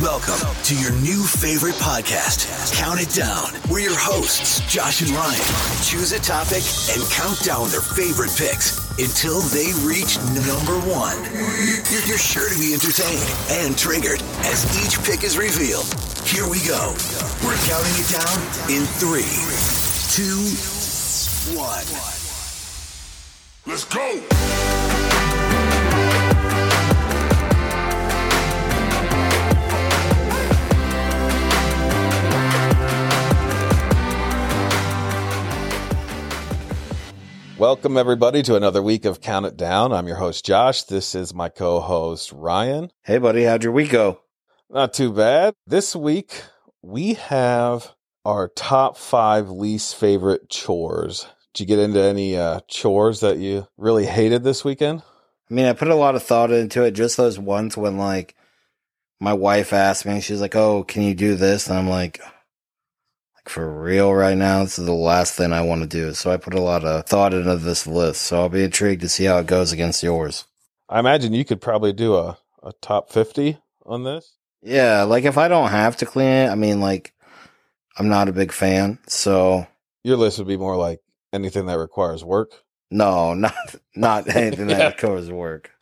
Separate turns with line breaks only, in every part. Welcome to your new favorite podcast, Count It Down. We're your hosts, Josh and Ryan. Choose a topic and count down their favorite picks until they reach number one. You're, you're sure to be entertained and triggered as each pick is revealed. Here we go. We're counting it down in three, two, one.
Let's go.
Welcome, everybody, to another week of Count It Down. I'm your host, Josh. This is my co host, Ryan.
Hey, buddy, how'd your week go?
Not too bad. This week, we have our top five least favorite chores. Did you get into any uh, chores that you really hated this weekend?
I mean, I put a lot of thought into it. Just those ones when, like, my wife asked me, she's like, "Oh, can you do this?" And I'm like, like for real, right now, this is the last thing I want to do. So I put a lot of thought into this list. So I'll be intrigued to see how it goes against yours.
I imagine you could probably do a, a top 50 on this.
Yeah, like if I don't have to clean it, I mean, like, I'm not a big fan. So
Your list would be more like anything that requires work.
no, not not anything
Yeah.
that covers work.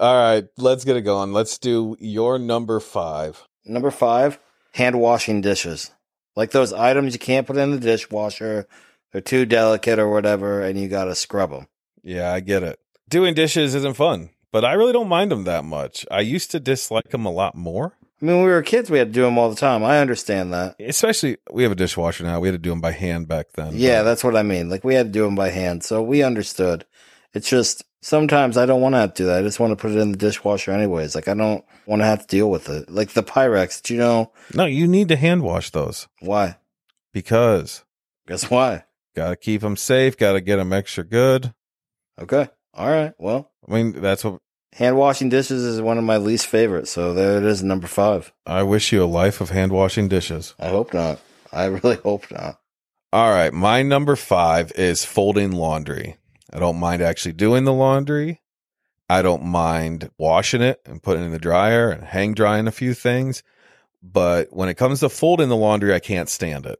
All right, let's get it going. Let's do your number five.
Number five, hand washing dishes. Like those items you can't put in the dishwasher, they're too delicate or whatever, and you got to scrub them.
Yeah, I get it. Doing dishes isn't fun, but I really don't mind them that much. I used to dislike them a lot more.
I mean, when we were kids, we had to do them all the time. I understand that.
Especially, we have a dishwasher now. We had to do them by hand back then.
Yeah, that's what I mean. Like we had to do them by hand, so we understood. It's just sometimes I don't want to have to do that. I just want to put it in the dishwasher anyways. Like I don't want to have to deal with it. Like the Pyrex, do you know
No, you need to hand wash those
why?
because
Guess why?
gotta keep them safe. Gotta get them extra good.
Okay, all right. Well,
I mean, that's what
hand washing dishes is one of my least favorites, so there it is, number five.
I wish you a life of hand washing dishes.
I hope not. I really hope not.
All right, my number five is folding laundry. I don't mind actually doing the laundry. I don't mind washing it and putting it in the dryer and hang drying a few things. But when it comes to folding the laundry, I can't stand it.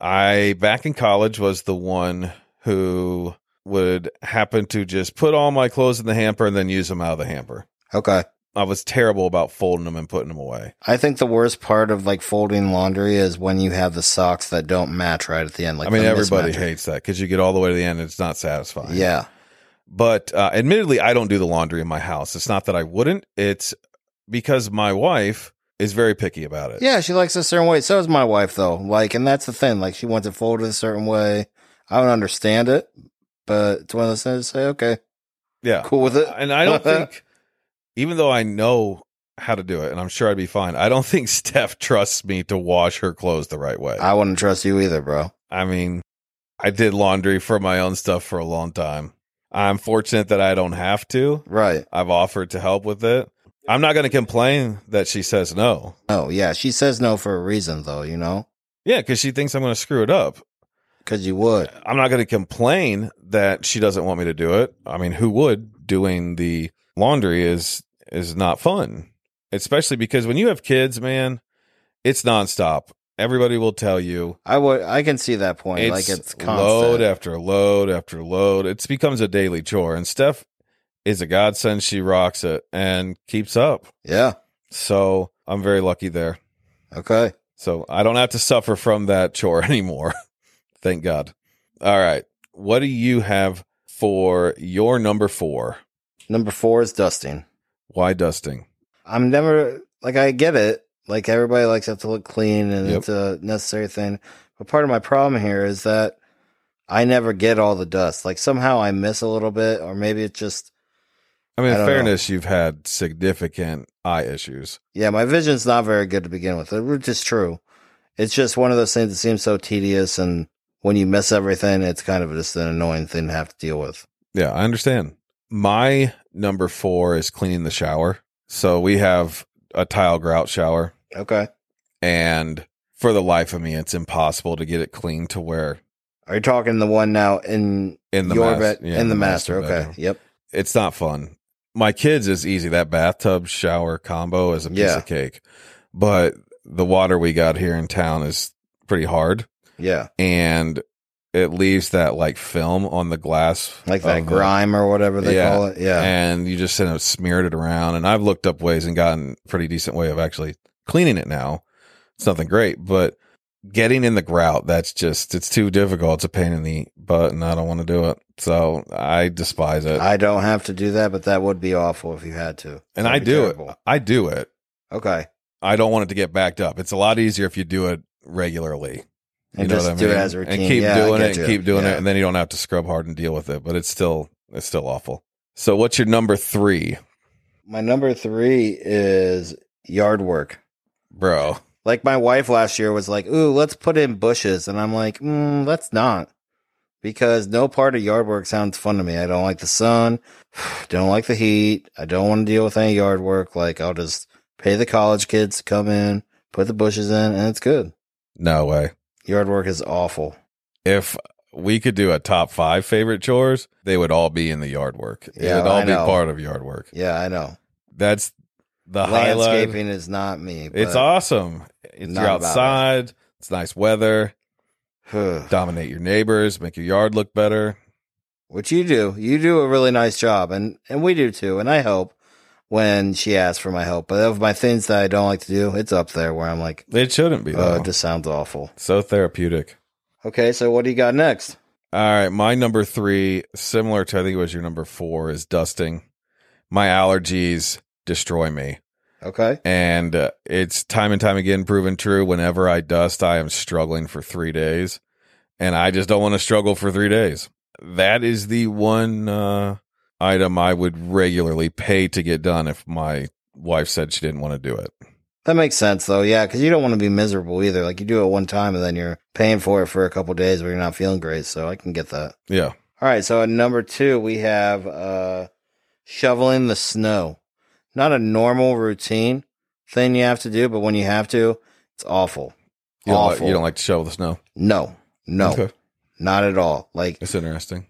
I, back in college, was the one who would happen to just put all my clothes in the hamper and then use them out of the hamper.
Okay.
I was terrible about folding them and putting them away.
I think the worst part of like folding laundry is when you have the socks that don't match right at the end. Like
I mean,
the
everybody
mismatch.
hates that because you get all the way to the end and it's not satisfying.
Yeah.
but uh, admittedly i don't do the laundry in my house it's not that i wouldn't it's because my wife is very picky about it
Yeah, she likes a certain way. So is my wife though. Like, and that's the thing. Like she wants it folded a certain way. I don't understand it, but it's one of those things to say, okay,
yeah
cool with it.
and i don't think even though i know how to do it and i'm sure i'd be fine i don't think steph trusts me to wash her clothes the right way i,
I wouldn't trust you either, bro.
mean i did laundry for my own stuff for a long time i'm fortunate that i don't have to
Right.
i've offered to help with it i'm not going to complain that she says no
Oh, yeah. She says no for a reason though, you know?
yeah because she thinks i'm going to screw it up
Cause you would.
I'm not going to complain that she doesn't want me to do it. I mean, who would? Doing the laundry is is not fun, especially because when you have kids, man, it's nonstop. Everybody will tell you
I would, I can see that point.
it's,
like it's constant.
load after load after load. It becomes a daily chore, and Steph is a godsend. She rocks it and keeps up.
yeah.
So I'm very lucky there.
Okay.
So I don't have to suffer from that chore anymore. Thank God. All right. What do you have for your number four?
Number four is dusting.
Why dusting?
I'm never like I get it. Like everybody likes to have to look clean and
Yep.
it's a necessary thing. But part of my problem here is that I never get all the dust. Like somehow I miss a little bit, or maybe it's just
I mean,
I
in
don't
fairness, you've had significant eye issues.
yeah, my vision's not very good to begin with, which is true. It's just one of those things that seems so tedious, and when you miss everything, it's kind of just an annoying thing to have to deal with.
Yeah, I understand. My number four is cleaning the shower. So we have a tile grout shower,
Okay,
and for the life of me, it's impossible to get it clean to where
are you talking the one now in
in the
your
mas-
bed
yeah,
in the master?
bedroom.
Okay, yep,
it's not fun. My kids is easy. That bathtub shower combo is a piece
Yeah.
of cake. but the water we got here in town is pretty hard
Yeah.
and it leaves that like film on the glass
Like that
of the-
grime or whatever they
Uh-huh. Yeah.
call it. Yeah.
and you just kind of smeared it around. And I've looked up ways and gotten a pretty decent way of actually cleaning it now. It's nothing great, but getting in the grout, that's just, it's too difficult. It's a pain in the butt and I don't want to do it. So I despise it.
I don't have to do that, but that would be awful if you had to.
and
That'd
I
be
do
terrible.
it. I do it.
Okay.
I don't want it to get backed up. It's a lot easier if you do it regularly. You
And
know
just
what I
do
mean?
it as a routine.
And keep
Yeah, I
doing
get
it
you.
and keep doing
Yeah.
it. And then you don't have to scrub hard and deal with it, but it's still, it's still awful. So what's your number three,
My number three is yard work.
bro?
Like my wife last year was like, "Ooh, let's put in bushes," and I'm like, mm, "Let's not," because no part of yard work sounds fun to me. I don't like the sun, don't like the heat. I don't want to deal with any yard work. Like I'll just pay the college kids to come in, put the bushes in, and it's good.
No way.
Yard work is awful.
if we could do a top five favorite chores, they would all be in the yard work.
Yeah,
It'd all
I
be
know.
part of yard work.
Yeah, I know.
That's the highlight.
Landscaping is not me.
It's awesome. It's
Not
you're
about it.
outside. It's nice weather.
awesome.
Dominate your neighbors. Make your yard look better.
which you do. You do a really nice job, and and we do too. And I help when she asks for my help. But of my things that I don't like to do, it's up there where I'm like,
It shouldn't be though.
oh, this sounds awful.
so therapeutic.
Okay, so what do you got next?
All right, my number three, similar to I think it was your number four, is dusting. My allergies destroy me.
Okay,
and uh, it's time and time again proven true whenever i dust i am struggling for three days and i just don't want to struggle for three days that is the one uh, item i would regularly pay to get done if my wife said she didn't want to do it
that makes sense though. Yeah, because you don't want to be miserable either. Like you do it one time, and then you're paying for it for a couple days where you're not feeling great. So I can get that.
yeah
All right, so at number two, we have uh, shoveling the snow. Not a normal routine thing you have to do, but when you have to, it's awful.
you don't, like,
Awful.
you don't like to shovel the snow
No, no,
Okay.
not at all. Like
it's interesting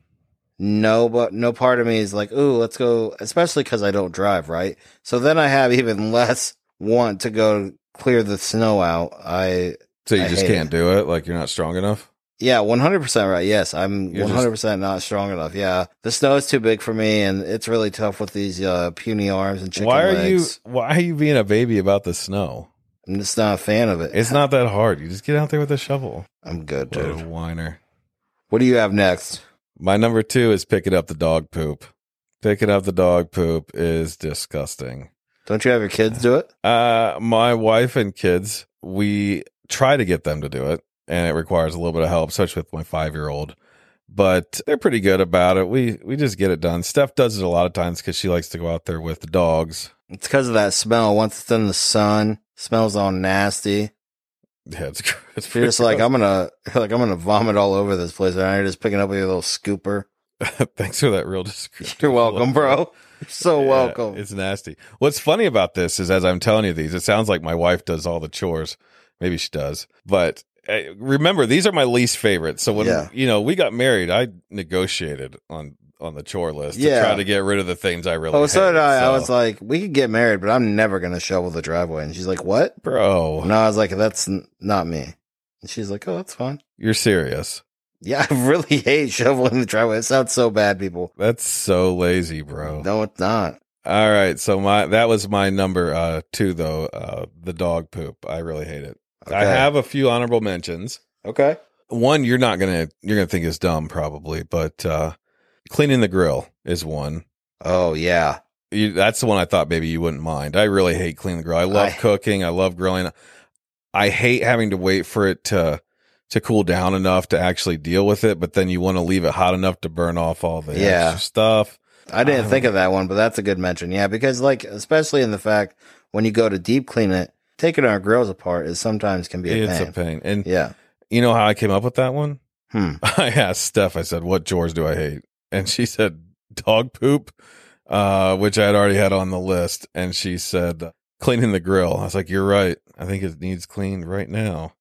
no, but no part of me is like, ooh, let's go. Especially because I don't drive, right? So then I have even less want to go clear the snow out. I
so you
I
just
hate
can't do it like you're not strong enough
yeah, one hundred percent right. Yes, I'm
You're
one
just-
hundred percent not strong enough. Yeah, the snow is too big for me, and it's really tough with these uh, puny arms and chicken
why are
legs.
you why are you being a baby about the snow
I'm just not a fan of it.
it's not that hard you just get out there with a shovel
I'm good,
what a
dude.
whiner
What do you have next?
My number two is picking up the dog poop. Picking up the dog poop is disgusting.
Don't you have your kids do it?
Uh, my wife and kids, we try to get them to do it, and it requires a little bit of help, especially with my five year old. But they're pretty good about it. We we just get it done. Steph does it a lot of times because she likes to go out there with the dogs.
It's because of that smell. Once it's in the sun, smells all nasty.
Yeah, it's, gr- it's
You're
pretty
just like
gross.
I'm gonna like I'm gonna vomit all over this place, and you're just picking up with your little scooper.
Thanks for that real description.
You're welcome, bro. You're so
Yeah,
welcome.
It's nasty. What's funny about this is, as I'm telling you these, it sounds like my wife does all the chores. Maybe she does, but uh, remember, these are my least favorites. So when
Yeah.
you know we got married, I negotiated on on the chore list
Yeah.
to try to get rid of the things I really.
oh, so
hate.
did I.
So-
I was like, we could get married, but I'm never gonna shovel the driveway. And she's like, what?
bro,
And I was like, that's n- not me. And she's like, oh, that's fine.
you're serious.
Yeah, I really hate shoveling the driveway. It sounds so bad, people.
That's so lazy, bro.
No, it's not.
All right, so my that was my number uh, two though. Uh, the dog poop. I really hate it. I
Okay.
have a few honorable mentions.
Okay.
one you're not gonna you're gonna think is dumb probably but uh cleaning the grill is one
Oh yeah.
you, that's the one i thought maybe you wouldn't mind i really hate cleaning the grill i love
I-
cooking i love grilling i hate having to wait for it to to cool down enough to actually deal with it but then you want to leave it hot enough to burn off all the
Yeah.
extra stuff
I didn't
I
think of that one, but that's a good mention. Yeah, because like especially in the fact when you go to deep clean it, taking our grills apart is sometimes can be a
it's
pain.
a pain and
Yeah.
you know how i came up with that one
Hmm.
I asked Steph, I said, what chores do I hate? And she said, dog poop, uh, which I had already had on the list. And she said, cleaning the grill. I was like, you're right. I think it needs cleaned right now.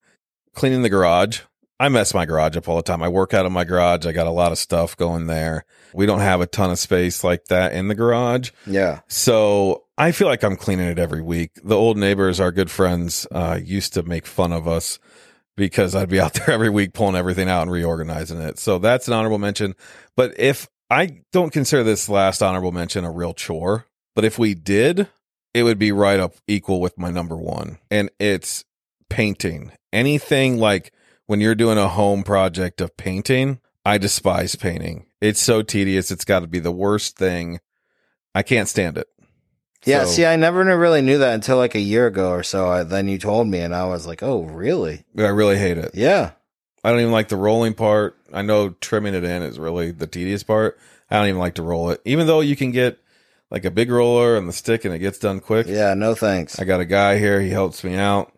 Cleaning the garage I mess my garage up all the time. I work out of my garage. I got a lot of stuff going there. We don't have a ton of space like that in the garage.
Yeah.
So I feel like I'm cleaning it every week. The old neighbors, our good friends, uh, used to make fun of us because I'd be out there every week pulling everything out and reorganizing it. So that's an honorable mention. But if I don't consider this last honorable mention a real chore, but if we did, it would be right up equal with my number one. And it's painting. Anything like when you're doing a home project of painting, I despise painting. It's so tedious. It's got to be the worst thing. I can't stand it.
Yeah.
So-
see, I never knew- really knew that until like a year ago or so. I, then you told me, and I was like, oh, really?
I really hate it.
Yeah.
I don't even like the rolling part. I know trimming it in is really the tedious part. I don't even like to roll it, even though you can get like a big roller and the stick and it gets done quick.
Yeah. No thanks.
I got a guy here. He helps me out.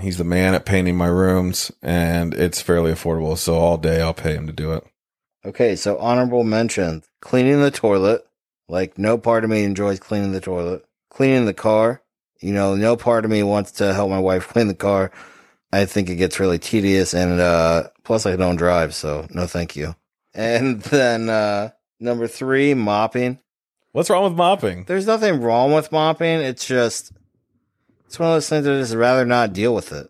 He's the man at painting my rooms, and it's fairly affordable. So all day I'll pay him to do it.
Okay. So, honorable mention cleaning the toilet. Like, no part of me enjoys cleaning the toilet, cleaning the car. You know, no part of me wants to help my wife clean the car. I think it gets really tedious. And uh, plus, I don't drive. So, no thank you. And then uh, number three, mopping.
What's wrong with mopping?
There's nothing wrong with mopping. It's just it's one of those things that I just rather not deal with it.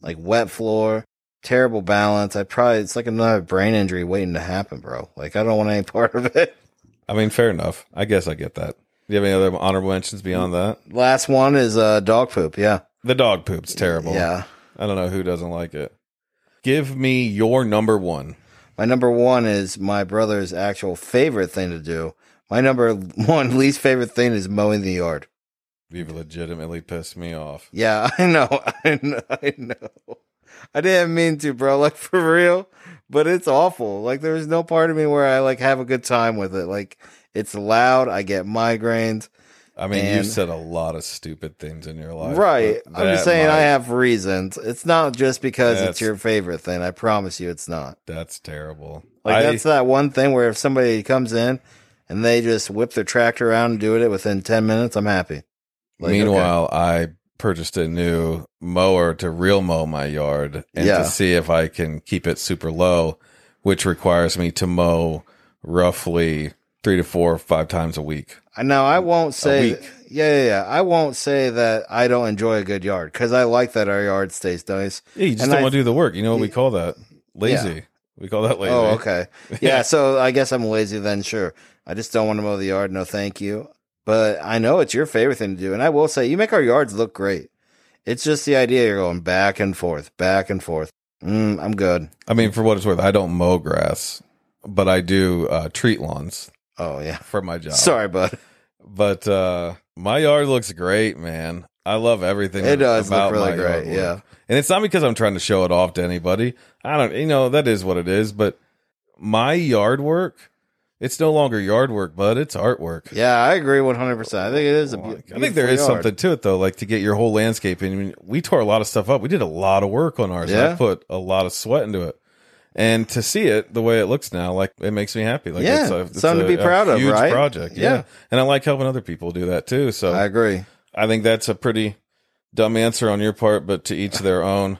Like wet floor, terrible balance. I probably it's like another brain injury waiting to happen, bro. Like I don't want any part of it.
I mean, fair enough. I guess I get that. Do you have any other honorable mentions beyond that?
Last one is uh dog poop. Yeah.
The dog poop's terrible.
Yeah.
I don't know who doesn't like it. Give me your number one.
My number one is my brother's actual favorite thing to do. My number one least favorite thing is mowing the yard.
You've legitimately pissed me off.
Yeah, I know. I know. I know. I didn't mean to, bro. Like for real, but it's awful. Like there's no part of me where I like have a good time with it. Like it's loud. I get migraines.
I mean,
Man.
you've said a lot of stupid things in your life.
right.
but
I'm just
that
saying I
might-
have reasons. It's not just because
That's-
it's your favorite thing. I promise you, it's not.
That's terrible.
Like
I-
that's that one thing where if somebody comes in and they just whip their tractor around and do it within ten minutes, I'm happy. Like, okay.
Meanwhile, I purchased a new mower to real mow my yard and
Yeah.
to see if I can keep it super low, which requires me to mow roughly three to four, five times a week.
I know I won't say.
week.
yeah, yeah, yeah. I won't say that I don't enjoy a good yard because I like that our yard stays nice.
Yeah, you just
And
don't
I-
want to do the work. You know what we call that? Lazy. We call that lazy.
Oh, okay. Yeah, so I guess I'm lazy then. Sure, I just don't want to mow the yard. No, thank you. But I know it's your favorite thing to do, and I will say you make our yards look great. It's just the idea you're going back and forth, back and forth. Mm, I'm good.
I mean, for what it's worth, I don't mow grass, but I do uh, treat lawns
Oh yeah.
for my job.
Sorry, bud.
but uh my yard looks great man i love everything
It does look
about
really
my yard
great,
work.
yeah.
and it's not because i'm trying to show it off to anybody i don't you know that is what it is but my yard work it's no longer yard work but it's artwork
Yeah, I agree 100. percent I think it is a.
Like,
beau-
Oh i think there is
beautiful yard.
something to it though like to get your whole landscape and I mean, we tore a lot of stuff up we did a lot of work on ours and i
Yeah.
put a lot of sweat into it and to see it the way it looks now, like it makes me happy. Like
Yeah,
it's a,
something to be proud of,
huge
right?
Project, yeah.
Yeah.
And I like helping other people do that too. So
I agree.
I think that's a pretty dumb answer on your part, but to each their own.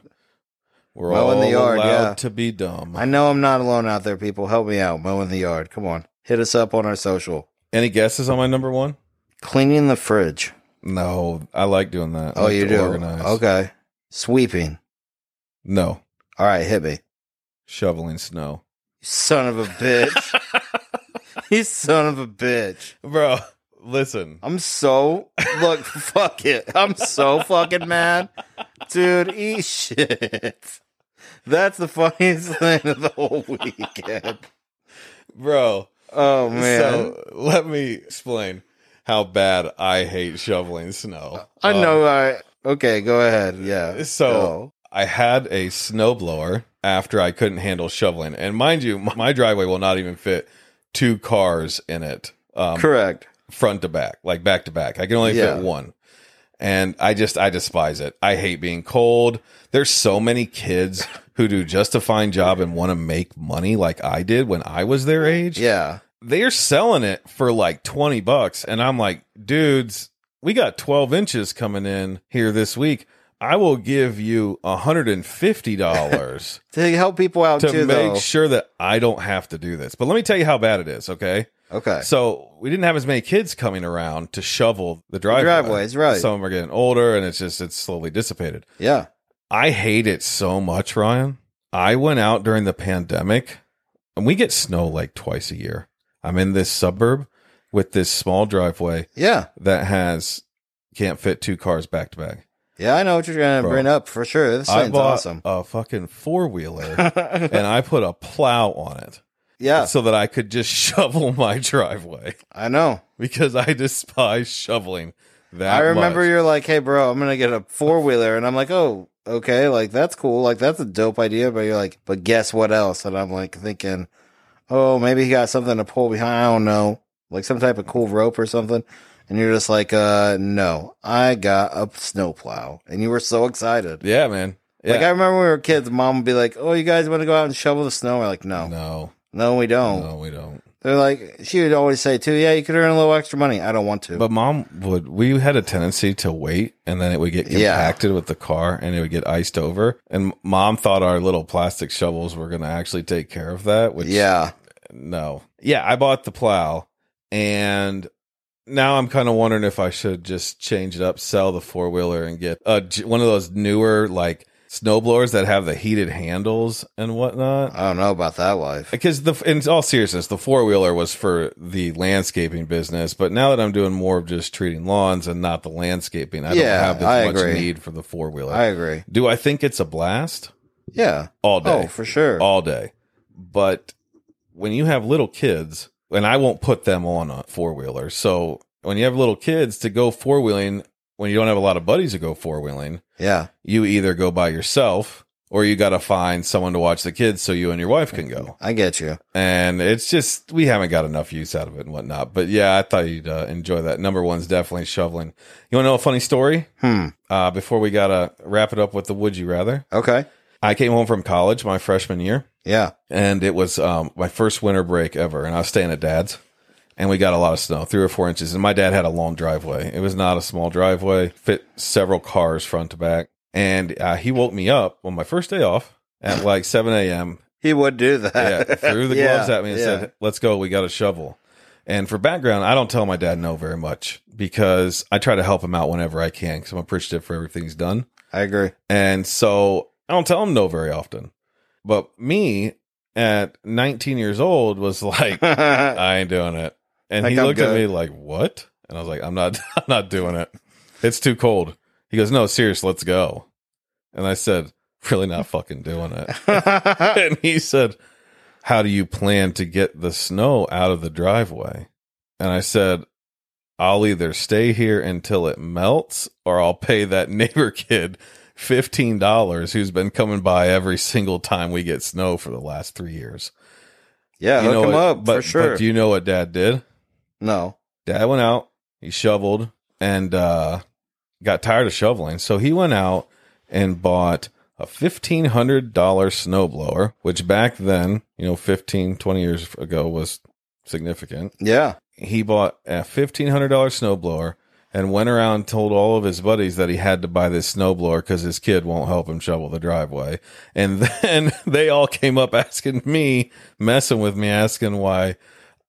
We're
Well, in
all
the yard,
allowed
yeah.
to be dumb.
I know I'm not alone out there, people. Help me out mowing the yard. Come on. Hit us up on our social.
Any guesses on my number one?
Cleaning the fridge.
No, I like doing that. I
Oh,
like
you
to
do?
Organize.
Okay. Sweeping.
No,
All right, hit me.
shoveling snow,
You son of a bitch. you son of a bitch.
bro. Listen,
I'm so. Look, fuck it. I'm so fucking mad. Dude, eat shit. That's the funniest thing of the whole weekend.
bro.
Oh, man.
So let me explain how bad I hate shoveling snow.
I
Um,
know. I. Okay, go ahead. Yeah.
So I had a snowblower after I couldn't handle shoveling. And mind you, m- my driveway will not even fit two cars in it,
Go.
um,
correct.
front to back, like back to back. I can only
Yeah.
fit one. And I just, I despise it. I hate being cold. There's so many kids who do just a fine job and want to make money like I did when I was their age.
Yeah.
They're selling it for like 20 bucks. And I'm like, dudes, we got 12 inches coming in here this week. I will give you $150
to help people out
to
too,
make
though.
sure that I don't have to do this. But let me tell you how bad it is, okay?
okay.
So we didn't have as many kids coming around to shovel the driveway.
driveways, right.
Some of them are getting older and it's just it's slowly dissipated.
yeah.
I hate it so much, Ryan. I went out during the pandemic and we get snow like twice a year. I'm in this suburb with this small driveway
Yeah.
that has can't fit two cars back to back.
Yeah, I know what you're going to
Bro.
bring up for sure. This
I
thing's
bought
awesome.
a fucking four wheeler and I put a plow on it
yeah,
so that I could just shovel my driveway
I know.
because I despise shoveling that
I remember
much.
you're like, hey, bro, I'm going to get a four wheeler. And I'm like, oh, okay. Like, that's cool. Like, that's a dope idea. But you're like, but guess what else? And I'm like thinking, oh, maybe he got something to pull behind. I don't know. Like some type of cool rope or something. And you're just like, uh, no, I got a snowplow. And you were so excited.
Yeah, man. Yeah.
Like, I remember when we were kids, mom would be like, oh, you guys want to go out and shovel the snow? We're like, no, no,
no,
we don't.
no, we don't.
They're like, she would always say, too, yeah, you could earn a little extra money. I don't want to.
But mom would. We had a tendency to wait, and then it would get
Yeah.
compacted with the car, and it would get iced over. And mom thought our little plastic shovels were going to actually take care of that. Which,
yeah.
no, yeah. I bought the plow, and now I'm kind of wondering if I should just change it up, sell the four wheeler, and get a, j- one of those newer like snowblowers that have the heated handles and whatnot.
I don't know about that life.
because the in all seriousness, the four wheeler was for the landscaping business, but now that I'm doing more of just treating lawns and not the landscaping, I
Yeah,
don't have as
I
much
agree.
need for the four wheeler.
I agree.
Do I think it's a blast
Yeah.
all day,
Oh, for sure.
all day? But when you have little kids, and I won't put them on a four wheeler, so when you have little kids to go four wheeling, when you don't have a lot of buddies to go four wheeling,
yeah.
you either go by yourself or you got to find someone to watch the kids so you and your wife can go
I get you.
and it's just we haven't got enough use out of it and whatnot. But yeah, I thought you'd uh, enjoy that. Number one's definitely shoveling. You want to know a funny story?
Hmm.
Uh, before we gotta wrap it up with the would you rather,
Okay.
I came home from college my freshman year,
Yeah.
and it was um, my first winter break ever, and I was staying at dad's. And we got a lot of snow, three or four inches. And my dad had a long driveway. It was not a small driveway, fit several cars front to back. And uh, he woke me up on my first day off at like 7 a.m
He would do that.
yeah, threw the gloves
Yeah,
at me and
yeah.
said, "Let's go. We got a shovel." And for background, I don't tell my dad no very much because I try to help him out whenever I can because I'm appreciative for everything he's done.
I agree.
And so I don't tell him no very often. But me at 19 years old was like,
yeah.
"I ain't doing it." And
Like,
he
I'm
looked at
good.
me like, "What?" And I was like, "I'm not. I'm not doing it. It's too cold." He goes, "No, serious. Let's go." And I said, "Really not fucking doing it." and he said, How do you plan to get the snow out of the driveway? And I said, I'll either stay here until it melts or I'll pay that neighbor kid $15 who's been coming by every single time we get snow for the last three years.
hook
know
him
what-
up
but,
for sure.
But do you know what dad did?
no.
Dad went out, he shoveled, and uh, got tired of shoveling. So he went out and bought a $1,500 snowblower, which back then, you know, 15, 20 years ago was significant.
Yeah.
He bought a $1,500 snowblower and went around and told all of his buddies that he had to buy this snowblower because his kid won't help him shovel the driveway. And then they all came up asking me, messing with me, asking why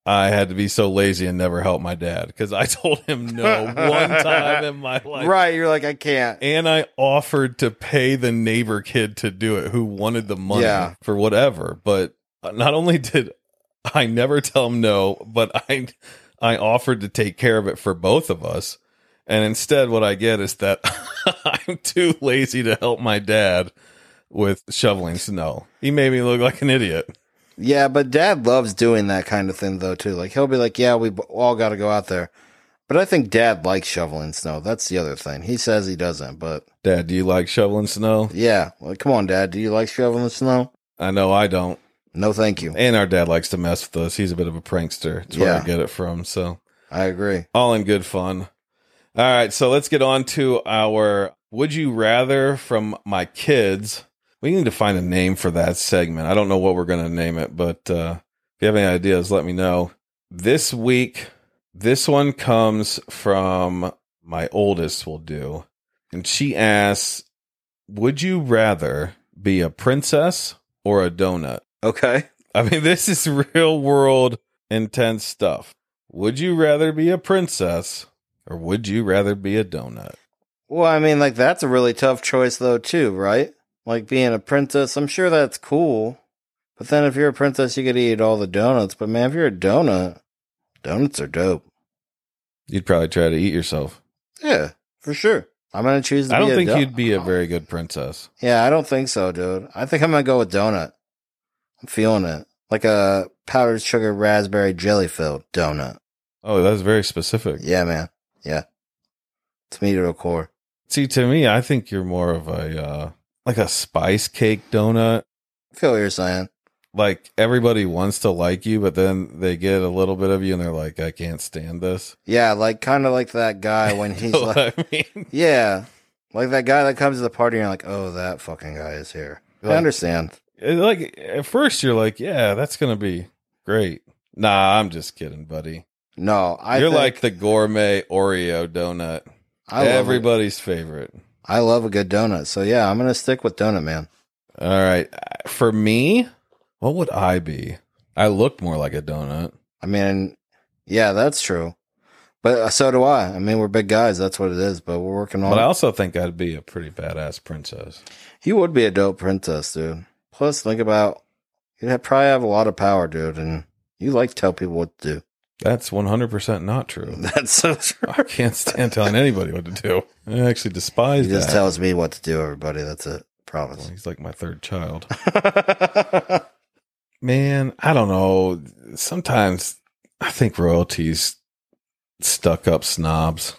I had to be so lazy and never help my dad because I told him no one time in my life.
right. You're like, I can't.
And I offered to pay the neighbor kid to do it who wanted the money
Yeah.
for whatever. But not only did I never tell him no, but I I offered to take care of it for both of us. And instead what I get is that I'm too lazy to help my dad with shoveling snow. He made me look like an idiot.
Yeah. But dad loves doing that kind of thing, though, too. Like, he'll be like, yeah, we b- all got to go out there. But I think dad likes shoveling snow. That's the other thing. He says he doesn't, but
Dad, do you like shoveling snow?
yeah. Like, come on, dad. Do you like shoveling snow?
I know I don't.
No, thank you.
And our dad likes to mess with us. He's a bit of a prankster. That's where
Yeah.
I get it from. So
I agree.
all in good fun. All right, so let's get on to our would you rather from my kids. We need to find a name for that segment. I don't know what we're going to name it, but uh, if you have any ideas, let me know. This week, this one comes from my oldest, will do. And she asks, Would you rather be a princess or a donut?
Okay.
I mean, this is real world intense stuff. Would you rather be a princess or would you rather be a donut?
Well, I mean, like that's a really tough choice though, too, right? Like being a princess, I'm sure that's cool. But then if you're a princess, you could eat all the donuts. But man, if you're a donut, donuts are dope.
You'd probably try to eat yourself.
Yeah, for sure. I'm gonna choose. To
I
be
don't think
a don-
you'd be a very good princess.
Yeah, I don't think so, dude. I think I'm gonna go with donut. I'm feeling it, like a powdered sugar raspberry jelly filled donut.
Oh, that's very specific.
Yeah, man. Yeah, it's me to the core.
See, to me, I think you're more of a uh, like a spice cake donut.
I feel what you're saying.
Like everybody wants to like you, but then they get a little bit of you, and they're like, "I can't stand this."
Yeah, like kind of like that guy when he's
Know
like,
what I mean,
yeah, like that guy that comes to the party and you're like, oh, that fucking guy is here. I
Like-
understand.
It- like at first you're like, "Yeah, that's gonna be great." Nah, I'm just kidding, buddy.
No, I
you're
think-
like the gourmet Oreo donut,
I love a-
everybody's favorite.
I love a good donut. So yeah, I'm gonna stick with donut man.
All right, for me, what would I be? I look more like a donut.
I mean, yeah, that's true. But uh, so do I. I mean, we're big guys. That's what it is. But we're working on.
But I
it.
also think I'd be a pretty badass princess.
You would be a dope princess, dude. Plus, think about you'd have, probably have a lot of power, dude, and you like to tell people what to do.
That's 100% not true.
That's so true.
I can't stand telling anybody what to do. I actually
He
despise
just
that.
tells me what to do, everybody. That's it. Promise.
He's like my third child. Man, I don't know. Sometimes I think royalty's stuck up snobs.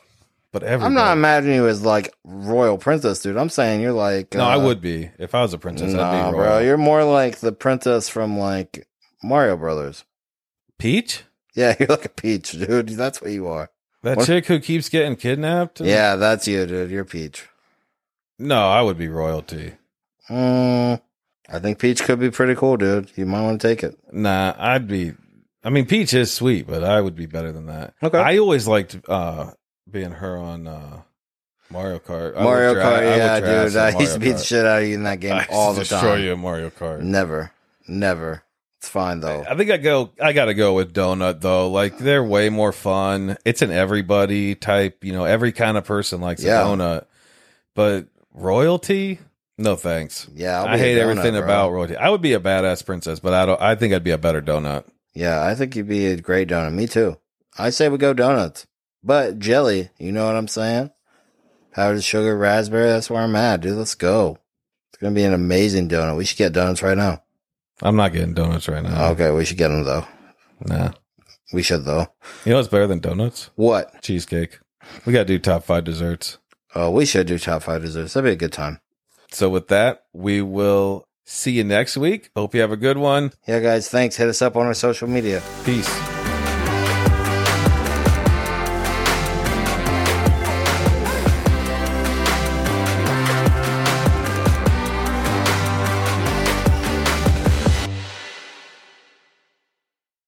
But everybody.
I'm not imagining you as like royal princess, dude. I'm saying you're like
No,
uh,
I would be. If I was a princess, I'd
Nah,
be
bro,
royal.
you're more like the princess from like Mario Brothers.
Peach?
Yeah, you're like a peach, dude. That's what you are.
That
What-
chick who keeps getting kidnapped?
Yeah, that's you, dude. You're peach.
No, I would be royalty.
Mm, I think peach could be pretty cool, dude. You might want to take it.
Nah, I'd be. I mean, Peach is sweet, but I would be better than that.
Okay.
I always liked uh, being her on uh, Mario Kart. I would
Mario
dra- I
Kart,
would
yeah,
dra-
dude.
some
I used
Mario
to beat the
Kart.
shit out of you in that game
I used
all
to
the
Destroy
time.
you in Mario Kart.
Never, never. It's fine though.
I think I go. I gotta go with Donut though. Like they're way more fun. It's an everybody type. You know, every kind of person likes
Yeah.
a donut. But royalty, no thanks.
Yeah, I'll
I
be a
hate
donut,
everything
bro.
about royalty. I would be a badass princess, but I don't. I think I'd be a better donut.
Yeah, I think you'd be a great donut. Me too. I say we go donuts, but jelly. You know what I'm saying? Powdered sugar, raspberry. That's where I'm at, dude. Let's go. It's gonna be an amazing donut. We should get donuts right now.
I'm not getting donuts right now.
Okay, we should get them though.
Nah.
We should though.
You know what's better than donuts?
What?
Cheesecake. We got to do top five desserts.
Oh, we should do top five desserts. That'd be a good time.
So, with that, we will see you next week. Hope you have a good one.
Yeah, guys. Thanks. Hit us up on our social media.
Peace.